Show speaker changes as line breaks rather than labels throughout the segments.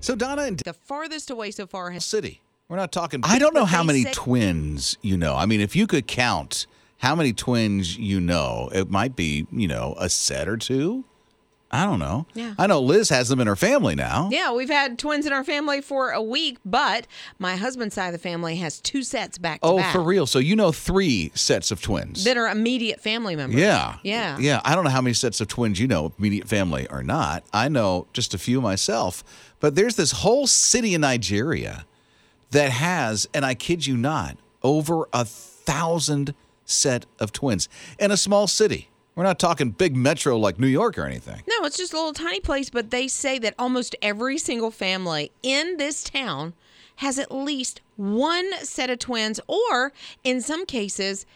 So Donna and
The farthest away so far has
City. We're not talking.
I don't know
But
how
they
many
say-
twins you know. I mean, if you could count how many twins you know, it might be, you know, a set or two. I don't know.
Yeah.
I know Liz has them in her family now.
Yeah, we've had twins in our family for a week, but my husband's side of the family has two sets back to
oh,
back
for real. So you know three sets of twins.
that are immediate family members.
yeah.
Yeah.
Yeah. I don't know how many sets of twins you know, immediate family or not. I know just a few myself. But there's this whole city in Nigeria that has, and I kid you not, over a thousand set of twins in a small city. We're not talking big metro like New York or anything.
No, it's just a little tiny place, but they say that almost every single family in this town has at least one set of twins, or in some cases,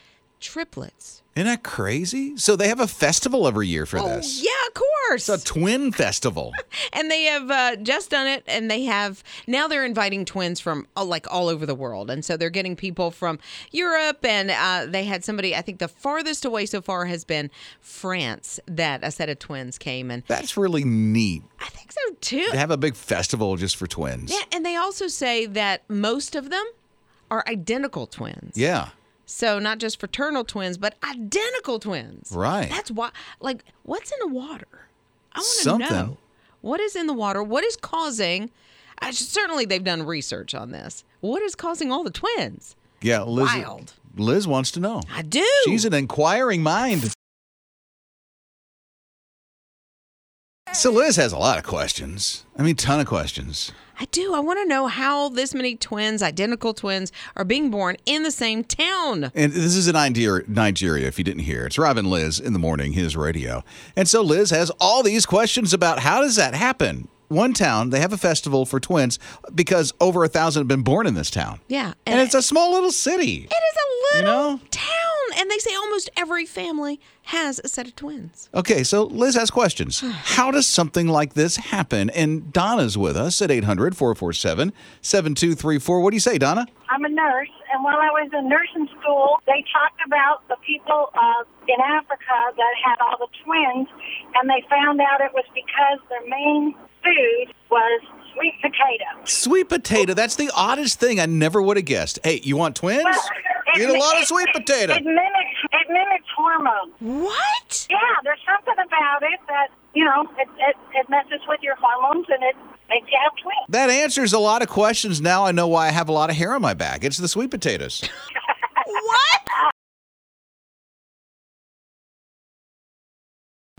triplets.
Isn't that crazy? So they have a festival every year for
Oh,
this.
Yeah, of course.
It's a twin festival.
and they have uh, just done it and they have now they're inviting twins from uh, like all over the world and so they're getting people from europe and uh, they had somebody i think the farthest away so far has been france that a set of twins came and
That's really neat.
i think so too
They have a big festival just for twins.
yeah and they also say that most of them are identical twins
Yeah.
so not just fraternal twins but identical twins
Right.
that's why like what's in the water i want
Something.
to know what is in the water? What is causing? I should, certainly, they've done research on this. What is causing all the twins?
Yeah, Liz.
Wild.
Liz wants to know.
I do.
She's an inquiring mind. So Liz has a lot of questions. I mean, ton of questions.
I do. I want to know how this many twins, identical twins, are being born in the same town.
And this is in Niger- Nigeria, if you didn't hear. It's Robin Liz in the morning, his radio. And so Liz has all these questions about how does that happen? One town, they have a festival for twins because over a thousand have been born in this town.
Yeah,
And it's a small little city.
it is a
You
little
know?
town, and they say almost every family has a set of twins.
Okay, so Liz has questions. How does something like this happen? And Donna's with us at 800 447 7234. What do you say, Donna?
I'm a nurse, and while I was in nursing school, they talked about the people uh, in Africa that had all the twins, and they found out it was because their main food was sweet potato.
Sweet potato. That's the oddest thing I never would have guessed. Hey, you want twins?
It
Eat a
mi-
lot of
it-
sweet potato.
It mimics, it mimics hormones.
What?
Yeah, there's something about it that, you know, it, it, it messes with your hormones and it makes you have twins.
That answers a lot of questions. Now I know why I have a lot of hair on my back. It's the sweet potatoes.
What?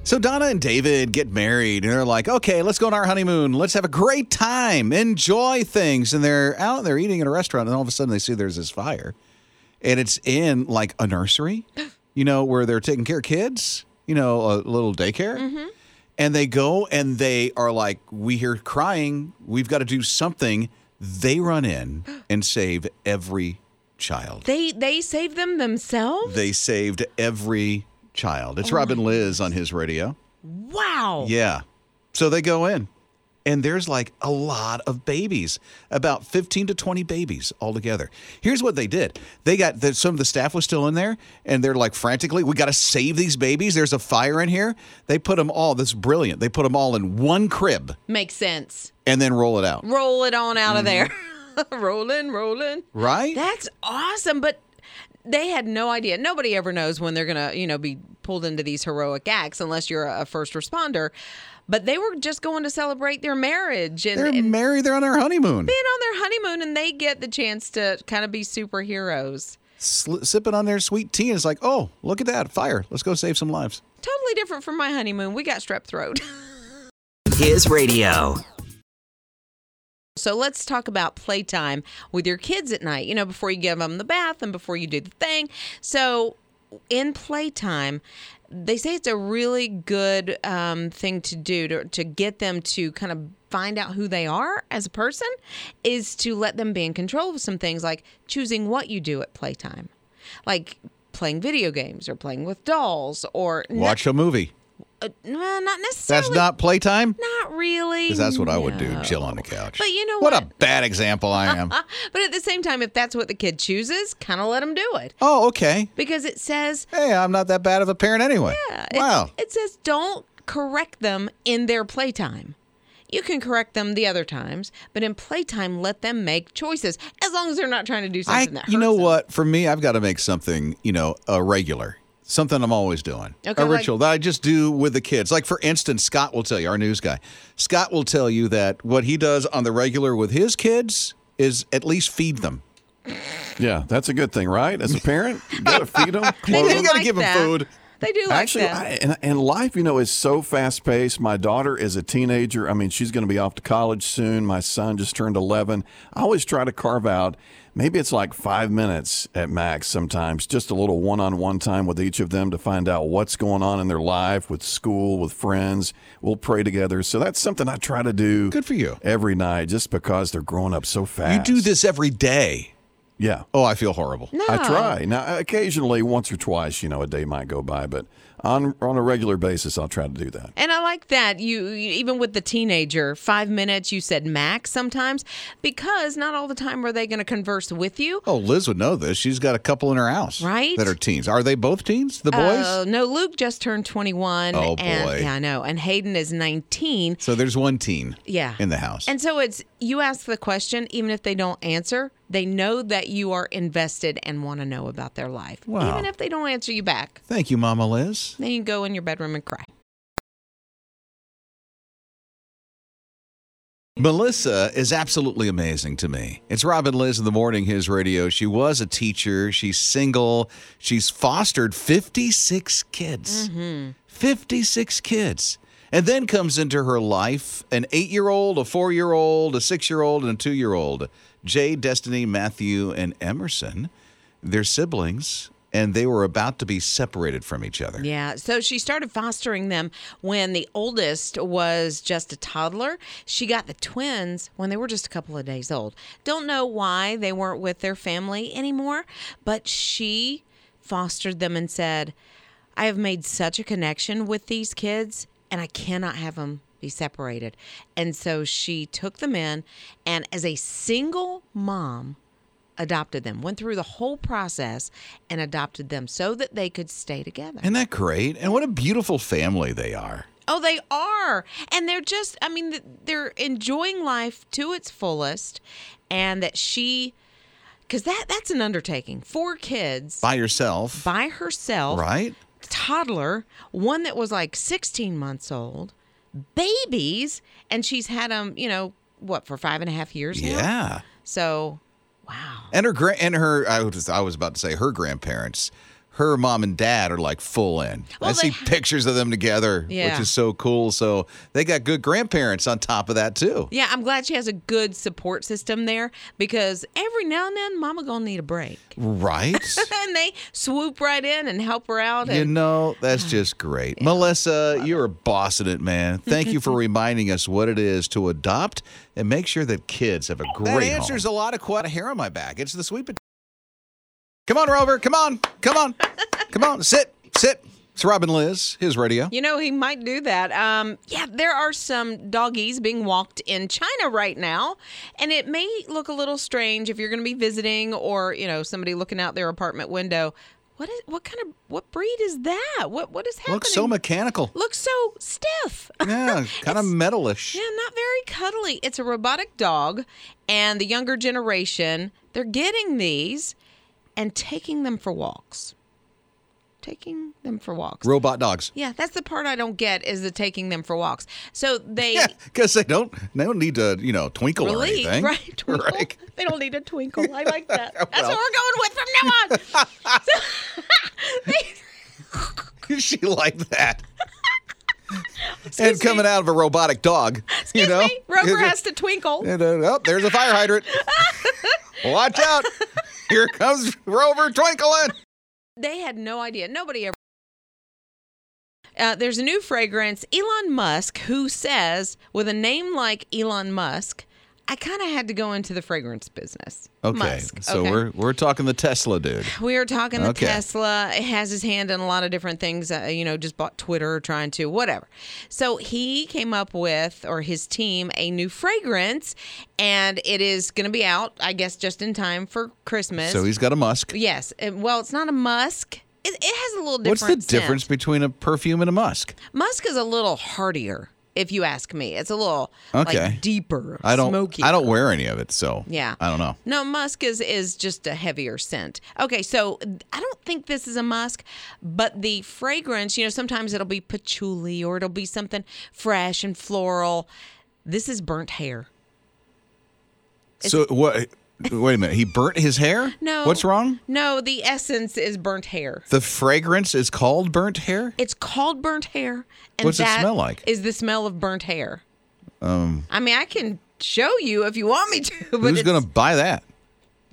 So Donna and David get married and they're like, okay, let's go on our honeymoon. Let's have a great time. Enjoy things. And they're out there eating at a restaurant and all of a sudden they see there's this fire. And it's in like a nursery, you know, where they're taking care of kids, you know, a little daycare. And they go and they are like, we hear crying. We've got to do something. They run in and save every child.
They they save them themselves?
They saved every child. It's Robin Liz on his radio.
wow.
Yeah. So they go in, and there's like a lot of babies, about 15 to 20 babies altogether. Here's what they did they got the, some of the staff was still in there, and they're like frantically, We got to save these babies. There's a fire in here. They put them all, this is brilliant. They put them all in one crib
Makes sense.
and then roll it out.
Roll it on out of there. rolling, rolling.
Right?
That's awesome, but they had no idea. Nobody ever knows when they're going to, you know, be pulled into these heroic acts unless you're a a first responder. But they were just going to celebrate their marriage and,
they're
and
married, they're on their honeymoon,
being on their honeymoon, and they get the chance to kind of be superheroes.
Sli sipping on their sweet tea. And it's like, oh, look at that fire. Let's go save some lives.
Totally different from my honeymoon. We got strep throat.
His radio.
So let's talk about playtime with your kids at night, you know, before you give them the bath and before you do the thing. So in playtime, they say it's a really good um, thing to do to, to get them to kind of find out who they are as a person is to let them be in control of some things like choosing what you do at playtime, like playing video games or playing with dolls or no-
Watch a movie.
uh, no, not necessarily.
That's not playtime?
not really.
Because that's what I would do,
no.
chill on the couch.
But you know
What
what?
a bad example I am.
But at the same time, if that's what the kid chooses, kind of let them do it
oh, okay.
because it says,
Hey, I'm not that bad of a parent anyway.
yeah, it-
wow.
it, says don't correct them in their playtime. You can correct them the other times, but in playtime, let them make choices as long as they're not trying to do
I,
something that hurts
you know
them.
what? For me, I've got to make something, you know, a regular, something I'm always doing,
Okay,
a
like-
ritual that I just do with the kids. Like for instance, Scott will tell you, our news guy, Scott will tell you that what he does on the regular with his kids is at least feed them.
Yeah, that's a good thing, right? As a parent, you gotta feed them,
They
clothe
do
You
them.
gotta
like
give 'em
that.
food.
They do like
Actually,
that.
I, and, and life, you know, is so fast paced. My daughter is a teenager. I mean, she's going to be off to college soon. My son just turned 11. I always try to carve out maybe it's like five minutes at max sometimes, just a little one on one time with each of them to find out what's going on in their life, with school, with friends. We'll pray together. So that's something I try to do.
Good for you.
Every night, just because they're growing up so
You
fast.
do this every day.
Yeah.
Oh, I feel horrible.
no.
I try. Now, occasionally, once or twice, you know, a day might go by, but on on a regular basis, I'll try to do that.
And I like that you, you even with the teenager, five minutes you said max sometimes because not all the time are they going to converse with you.
Oh, Liz would know this. She's got a couple in her house,
Right?
That are teens. Are they both teens? The boys.
Uh, no, Luke just turned 21.
Oh,
and,
boy.
Yeah, I know. And Hayden is 19.
so there's one teen.
Yeah.
In the house.
And so it's you ask the question, even if they don't answer, they know that you are invested and want to know about their life.
Wow.
Even if they don't answer you back,
Thank you, Mama Liz.
then you go in your bedroom and cry.
Melissa is absolutely amazing to me. It's Robin Liz in the morning, his radio. She was a teacher. She's single. She's fostered 56 kids. 56 kids. And then comes into her life an eight year old, a four year old, a six year old, and a two year old. Jay, Destiny, Matthew, and Emerson. They're siblings, and they were about to be separated from each other.
Yeah. So she started fostering them when the oldest was just a toddler. She got the twins when they were just a couple of days old. Don't know why they weren't with their family anymore, but she fostered them and said, I have made such a connection with these kids and I cannot have them be separated. And so she took them in and as a single mom, adopted them, went through the whole process and adopted them so that they could stay together.
Isn't that great? And what a beautiful family they are.
Oh, they are. And they're just, I mean, th- they're enjoying life to its fullest. And that she, because that, that's an undertaking. Four kids by,
By yourself,
herself,
right?
toddler, one that was like 16 months old, babies. And she's had them, you know, what, for five and a half years now?
Yeah.
So, wow.
And her gra- and her I was I was about to say her grandparents, her mom and dad are like full in. I
Well,
see
they-
pictures of them together,
Yeah.
which is so cool. So they got good grandparents on top of that too.
Yeah, I'm glad she has a good support system there because every now and then mama gonna need a break.
Right?
And they swoop right in and help her out and
you know, that's just great. Melissa, you're bossing it, man. Thank you for reminding us what it is to adopt and make sure that kids have a great That answers a lot of quite a hair on my back. It's the sweet potato. Come on, Rover. Come on. Come on. Come on. Sit. Sit. It's Robin Liz, his radio.
You know, he might do that. Um, yeah, there are some doggies being walked in China right now, and it may look a little strange if you're going to be visiting or you know somebody looking out their apartment window. What is what kind of what breed is that? What what is happening?
Looks so mechanical.
Looks so stiff.
Yeah, kind of metalish.
Yeah, not very cuddly. It's a robotic dog, and the younger generation, they're getting these and taking them for walks. Taking them for walks.
Robot dogs.
Yeah, that's the part I don't get is the taking them for walks. So they
Yeah, because they don't they don't need to you know twinkle or
really
anything.
right, twinkle.
Right.
They don't need a twinkle. I like that. That's what we're going with from now on.
she liked that. and coming out of a robotic dog, you know.
Hey, Rover has to twinkle.
And, uh, oh, there's a fire hydrant. Watch out! Here comes Rover twinkling.
They had no idea. Nobody ever. Uh, there's a new fragrance, Elon Musk, who says, with a name like Elon Musk, I kind of had to go into the fragrance business. Musk.
so
Okay.
we're we're talking the Tesla dude.
We are talking the
Okay.
Tesla. It has his hand in a lot of different things. Uh, you know, just bought Twitter, trying to whatever. So he came up with, or his team, a new fragrance, and it is going to be out, I guess, just in time for Christmas.
So he's got a musk.
yes. Uh, Well, it's not a musk. It, it has a little different.
What's the
scent.
difference between a perfume and a musk?
Musk is a little hardier. if you ask me. It's a little
Okay.
like deeper,
I don't.
smoky.
I don't wear any of it, so
Yeah.
I don't know.
No, musk is is just a heavier scent. Okay, so I don't think this is a musk, but the fragrance, you know, sometimes it'll be patchouli or it'll be something fresh and floral. This is burnt hair.
so what? Wait a minute. He burnt his hair.
No.
What's wrong?
No, the essence is burnt hair.
The fragrance is called burnt hair.
It's called burnt hair. And
What's it
that
smell like?
Is the smell of burnt hair. Um I mean I can show you if you want me to, but
Who's
it's
gonna
a
buy that?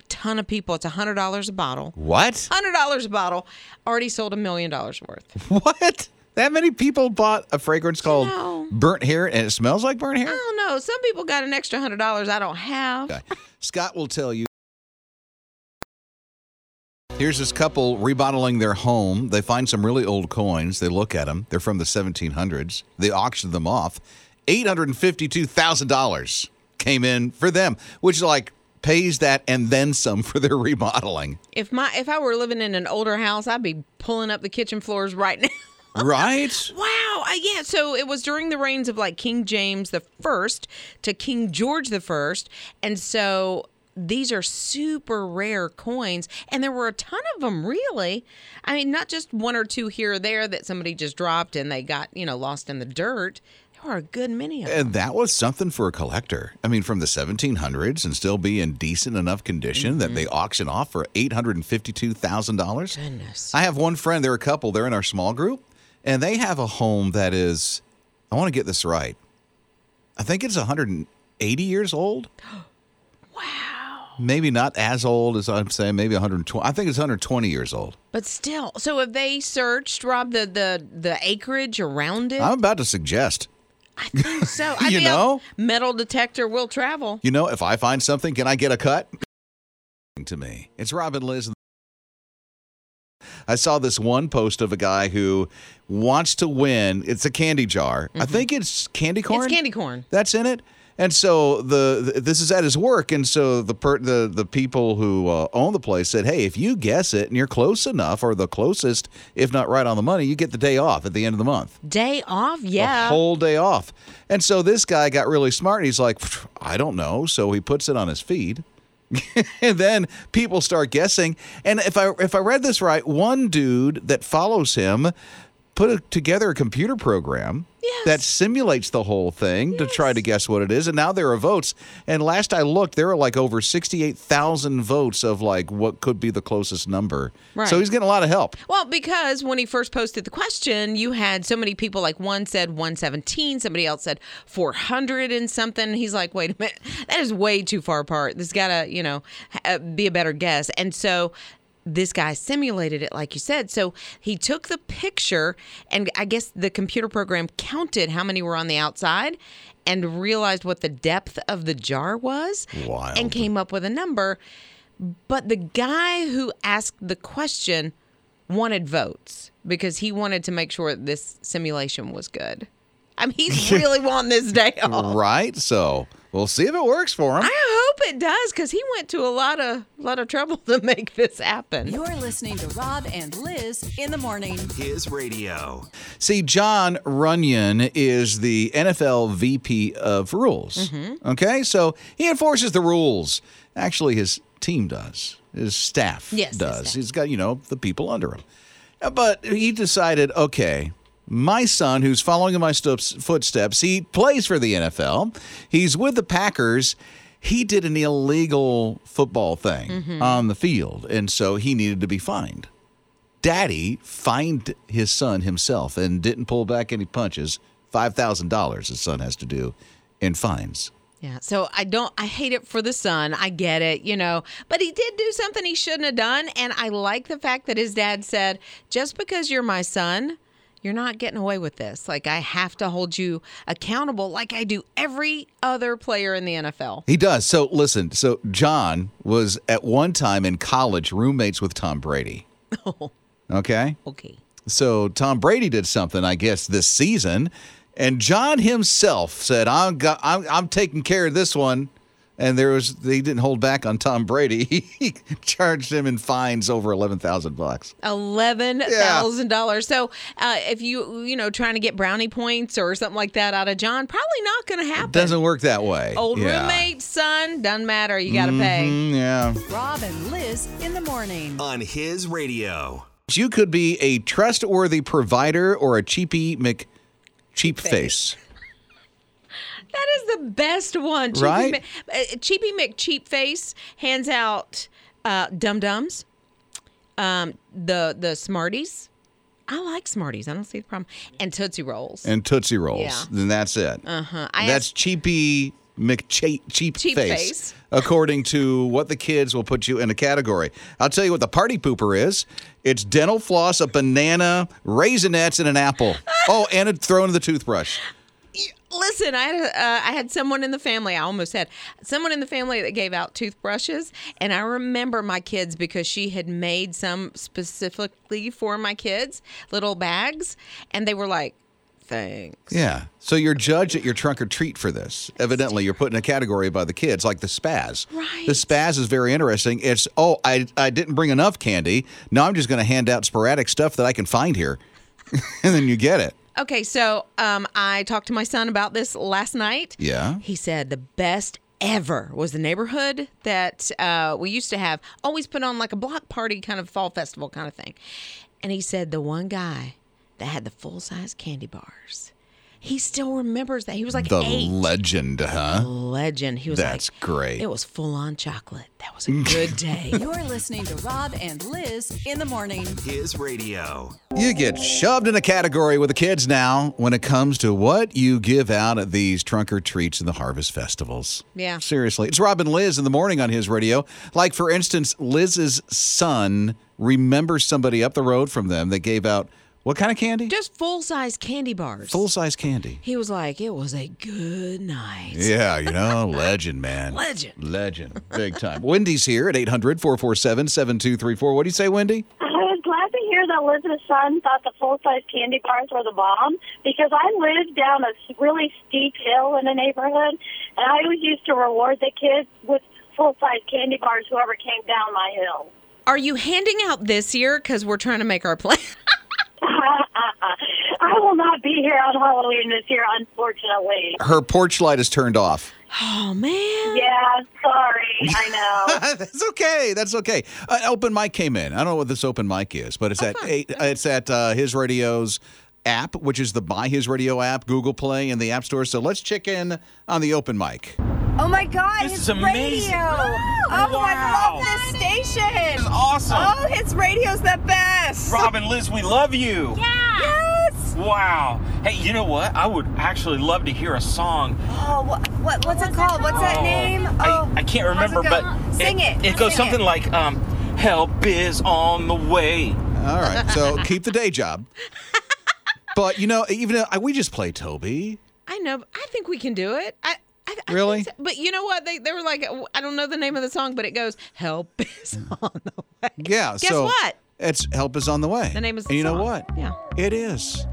ton of people. It's a hundred dollars a bottle.
What?
Hundred dollars a bottle. Already sold a million dollars worth.
What? That many people bought a fragrance called
know.
burnt hair, and it smells like burnt hair.
I don't know. Some people got an extra hundred dollars I don't have.
Okay. Scott will tell you. Here's this couple rebottling their home. They find some really old coins. They look at them. They're from the 1700s. They auction them off. $852,000 came in for them, which like pays that and then some for their remodeling.
If my if I were living in an older house, I'd be pulling up the kitchen floors right now.
Right?
Wow. Uh, yeah. So it was during the reigns of like King James the First to King George the First, and so these are super rare coins, and there were a ton of them. Really, I mean, not just one or two here or there that somebody just dropped and they got you know lost in the dirt. There were a good many of them.
And that was something for a collector. I mean, from the 1700s and still be in decent enough condition that they auction off for $852,000. Goodness. I have one friend, they're a couple, they're in our small group, and they have a home that is, I want to get this right. I think it's 180 years old. wow. Maybe not as old as I'm saying, maybe 120. I think it's 120 years old.
But still, so if they searched, Rob, the the the acreage around it,
I'm about to suggest.
I think so. I
You
think
know?
metal detector will travel.
You know, if I find something, can I get a cut? To me, it's Robin Liz. I saw this one post of a guy who wants to win. It's a candy jar. I think it's candy corn.
Mm-hmm. It's candy corn.
That's in it. And so the, the- this is at his work, and so the per, the the people who uh, own the place said, "Hey, if you guess it and you're close enough, or the closest, if not right on the money, you get the day off at the end of the month."
Day off,
a
yeah.
whole day off. And so this guy got really smart. He's like, "Pfft, I don't know. So he puts it on his feed. and then people start guessing. And if I if I read this right, one dude that follows him put a, together a computer program that simulates the whole thing to try to guess what it is. And now there are votes. And last I looked, there were like over 68,000 votes of like what could be the closest number.
Right.
So he's getting a lot of help.
Well, because when he first posted the question, you had so many people. Like one said 117, somebody else said 400 and something. He's like, wait a minute, that is way too far apart. This got to, you know, ha- uh, be a better guess. And so this guy simulated it, like you said. So he took the picture, and I guess the computer program counted how many were on the outside and realized what the depth of the jar was
Wild.
and came up with a number. But the guy who asked the question wanted votes because he wanted to make sure this simulation was good. I mean, he's really wanting this day off.
Right? So we'll see if it works for him.
Oh. I hope it does because he went to a lot of lot of trouble to make this happen.
You're listening to Rob and Liz in the morning.
His radio.
See, John Runyon is the NFL VP of rules.
Mm-hmm.
Okay, so he enforces the rules. Actually, his team does, his staff
Yes, his
does.
staff.
He's got, you know, the people under him. Uh, But he decided, okay, my son, who's following in my stups- footsteps, he plays for the NFL, he's with the Packers. He did an illegal football thing
Mm-hmm.
on the field, and so he needed to be fined daddy fined his son himself and didn't pull back any punches. $5,000 his son has to do in fines.
Yeah, so I don't. I hate it for the son. I get it, you know, but he did do something he shouldn't have done, and I like the fact that his dad said, "Just because you're my son." You're not getting away with this. Like, I have to hold you accountable like I do every other player in the NFL.
He does. So listen, so John was at one time in college roommates with Tom Brady. Okay?
Okay.
So Tom Brady did something, I guess, this season, and John himself said, "I'm go- I'm, I'm taking care of this one. and there was they didn't hold back on Tom Brady. He charged him in fines over eleven thousand bucks.
Eleven thousand dollars. So uh, if you you know trying to get brownie points or something like that out of John, probably not going to happen.
Doesn't work that way.
Old
Yeah.
roommate, son, doesn't matter. You got to pay.
Mm, yeah.
Rob and Liz in the morning.
on his radio.
You could be a trustworthy provider or a cheapy Mc cheap face.
That is the best one. Cheapy
Right?
Mc, uh, Cheapy McCheapface hands out uh, Dum Dums, um, the the Smarties. I like Smarties. I don't see the problem. And Tootsie Rolls.
and Tootsie Rolls.
Yeah.
Then that's it.
uh-huh. I
That's cheapy McCheap cheap
Cheap
face,
face.
according to what the kids will put you in a category. I'll tell you what the party pooper is. It's dental floss, a banana, raisinettes, and an apple. Oh, and a throw in the toothbrush.
Listen, I had a- uh, I had someone in the family. I almost had someone in the family that gave out toothbrushes, and I remember my kids because she had made some specifically for my kids, little bags, and they were like, "Thanks."
Yeah. So you're judged at your trunk or treat for this. Evidently, you're put in a category by the kids, like the spaz.
Right.
The spaz is very interesting. It's, oh, I, I didn't bring enough candy. Now I'm just going to hand out sporadic stuff that I can find here. and then you get it.
Okay, so um, I talked to my son about this last night.
Yeah.
He said the best ever was the neighborhood that uh, we used to have, always put on like a block party kind of fall festival kind of thing. And he said the one guy that had the full size candy bars, he still remembers that. He was like
The
eight.
legend, huh?
legend. He was
That's
like,
great.
It was full on chocolate. That was a good day.
You're listening to Rob and Liz in the morning.
His radio.
You get shoved in a category with the kids now when it comes to what you give out at these trunk or treats and the harvest festivals.
Yeah.
Seriously. It's Robin Liz in the morning on his radio. Like, for instance, Liz's son remembers somebody up the road from them that gave out what kind of candy?
Just full size candy bars.
Full size candy.
he was like, it was a good night.
Yeah, you know, legend, man.
Legend.
Legend. Big time. Wendy's here at 800 447 7234. What do you say, Wendy?
I was glad to hear that Elizabeth's son thought the full size candy bars were the bomb because I lived down a s- really steep hill in a neighborhood, and I always used to reward the kids with full size candy bars whoever came down my hill.
Are you handing out this year? Because we're trying to make our plan.
I will not be here on Halloween this year, unfortunately.
Her porch light is turned off.
Oh man.
Yeah, sorry. I know.
that's okay. That's okay. An open mic came in. I don't know what this open mic is, but it's at eight, it's at uh, his radio's app, which is the My His Radio app, Google Play, and the App Store. So let's check in on the open mic.
Oh my God,
This
his
is amazing.
radio! Oh, I
Wow.
love this station.
awesome.
Oh, his radio's the best.
Robin, Liz, we love you.
Yes.
Wow. Hey, you know what? I would actually love to hear a song.
Oh, what, what what's it called? What's that
Oh,
name?
I,
oh,
I can't
how's
remember,
it go?
but
sing it.
It, goes
Sing
something
it.
like, um, "Help is on the way."
All right. So keep the day job. But you know, even though I, we just play Toby.
I know. but I think we can do it. I. I, I think
Really?
so. But you know what? They, they were like, I don't know the name of the song, but it goes, Help is on the way.
Yeah.
Guess
so
what?
It's help is on the way.
The name is the
And you know
song.
what?
Yeah.
It is.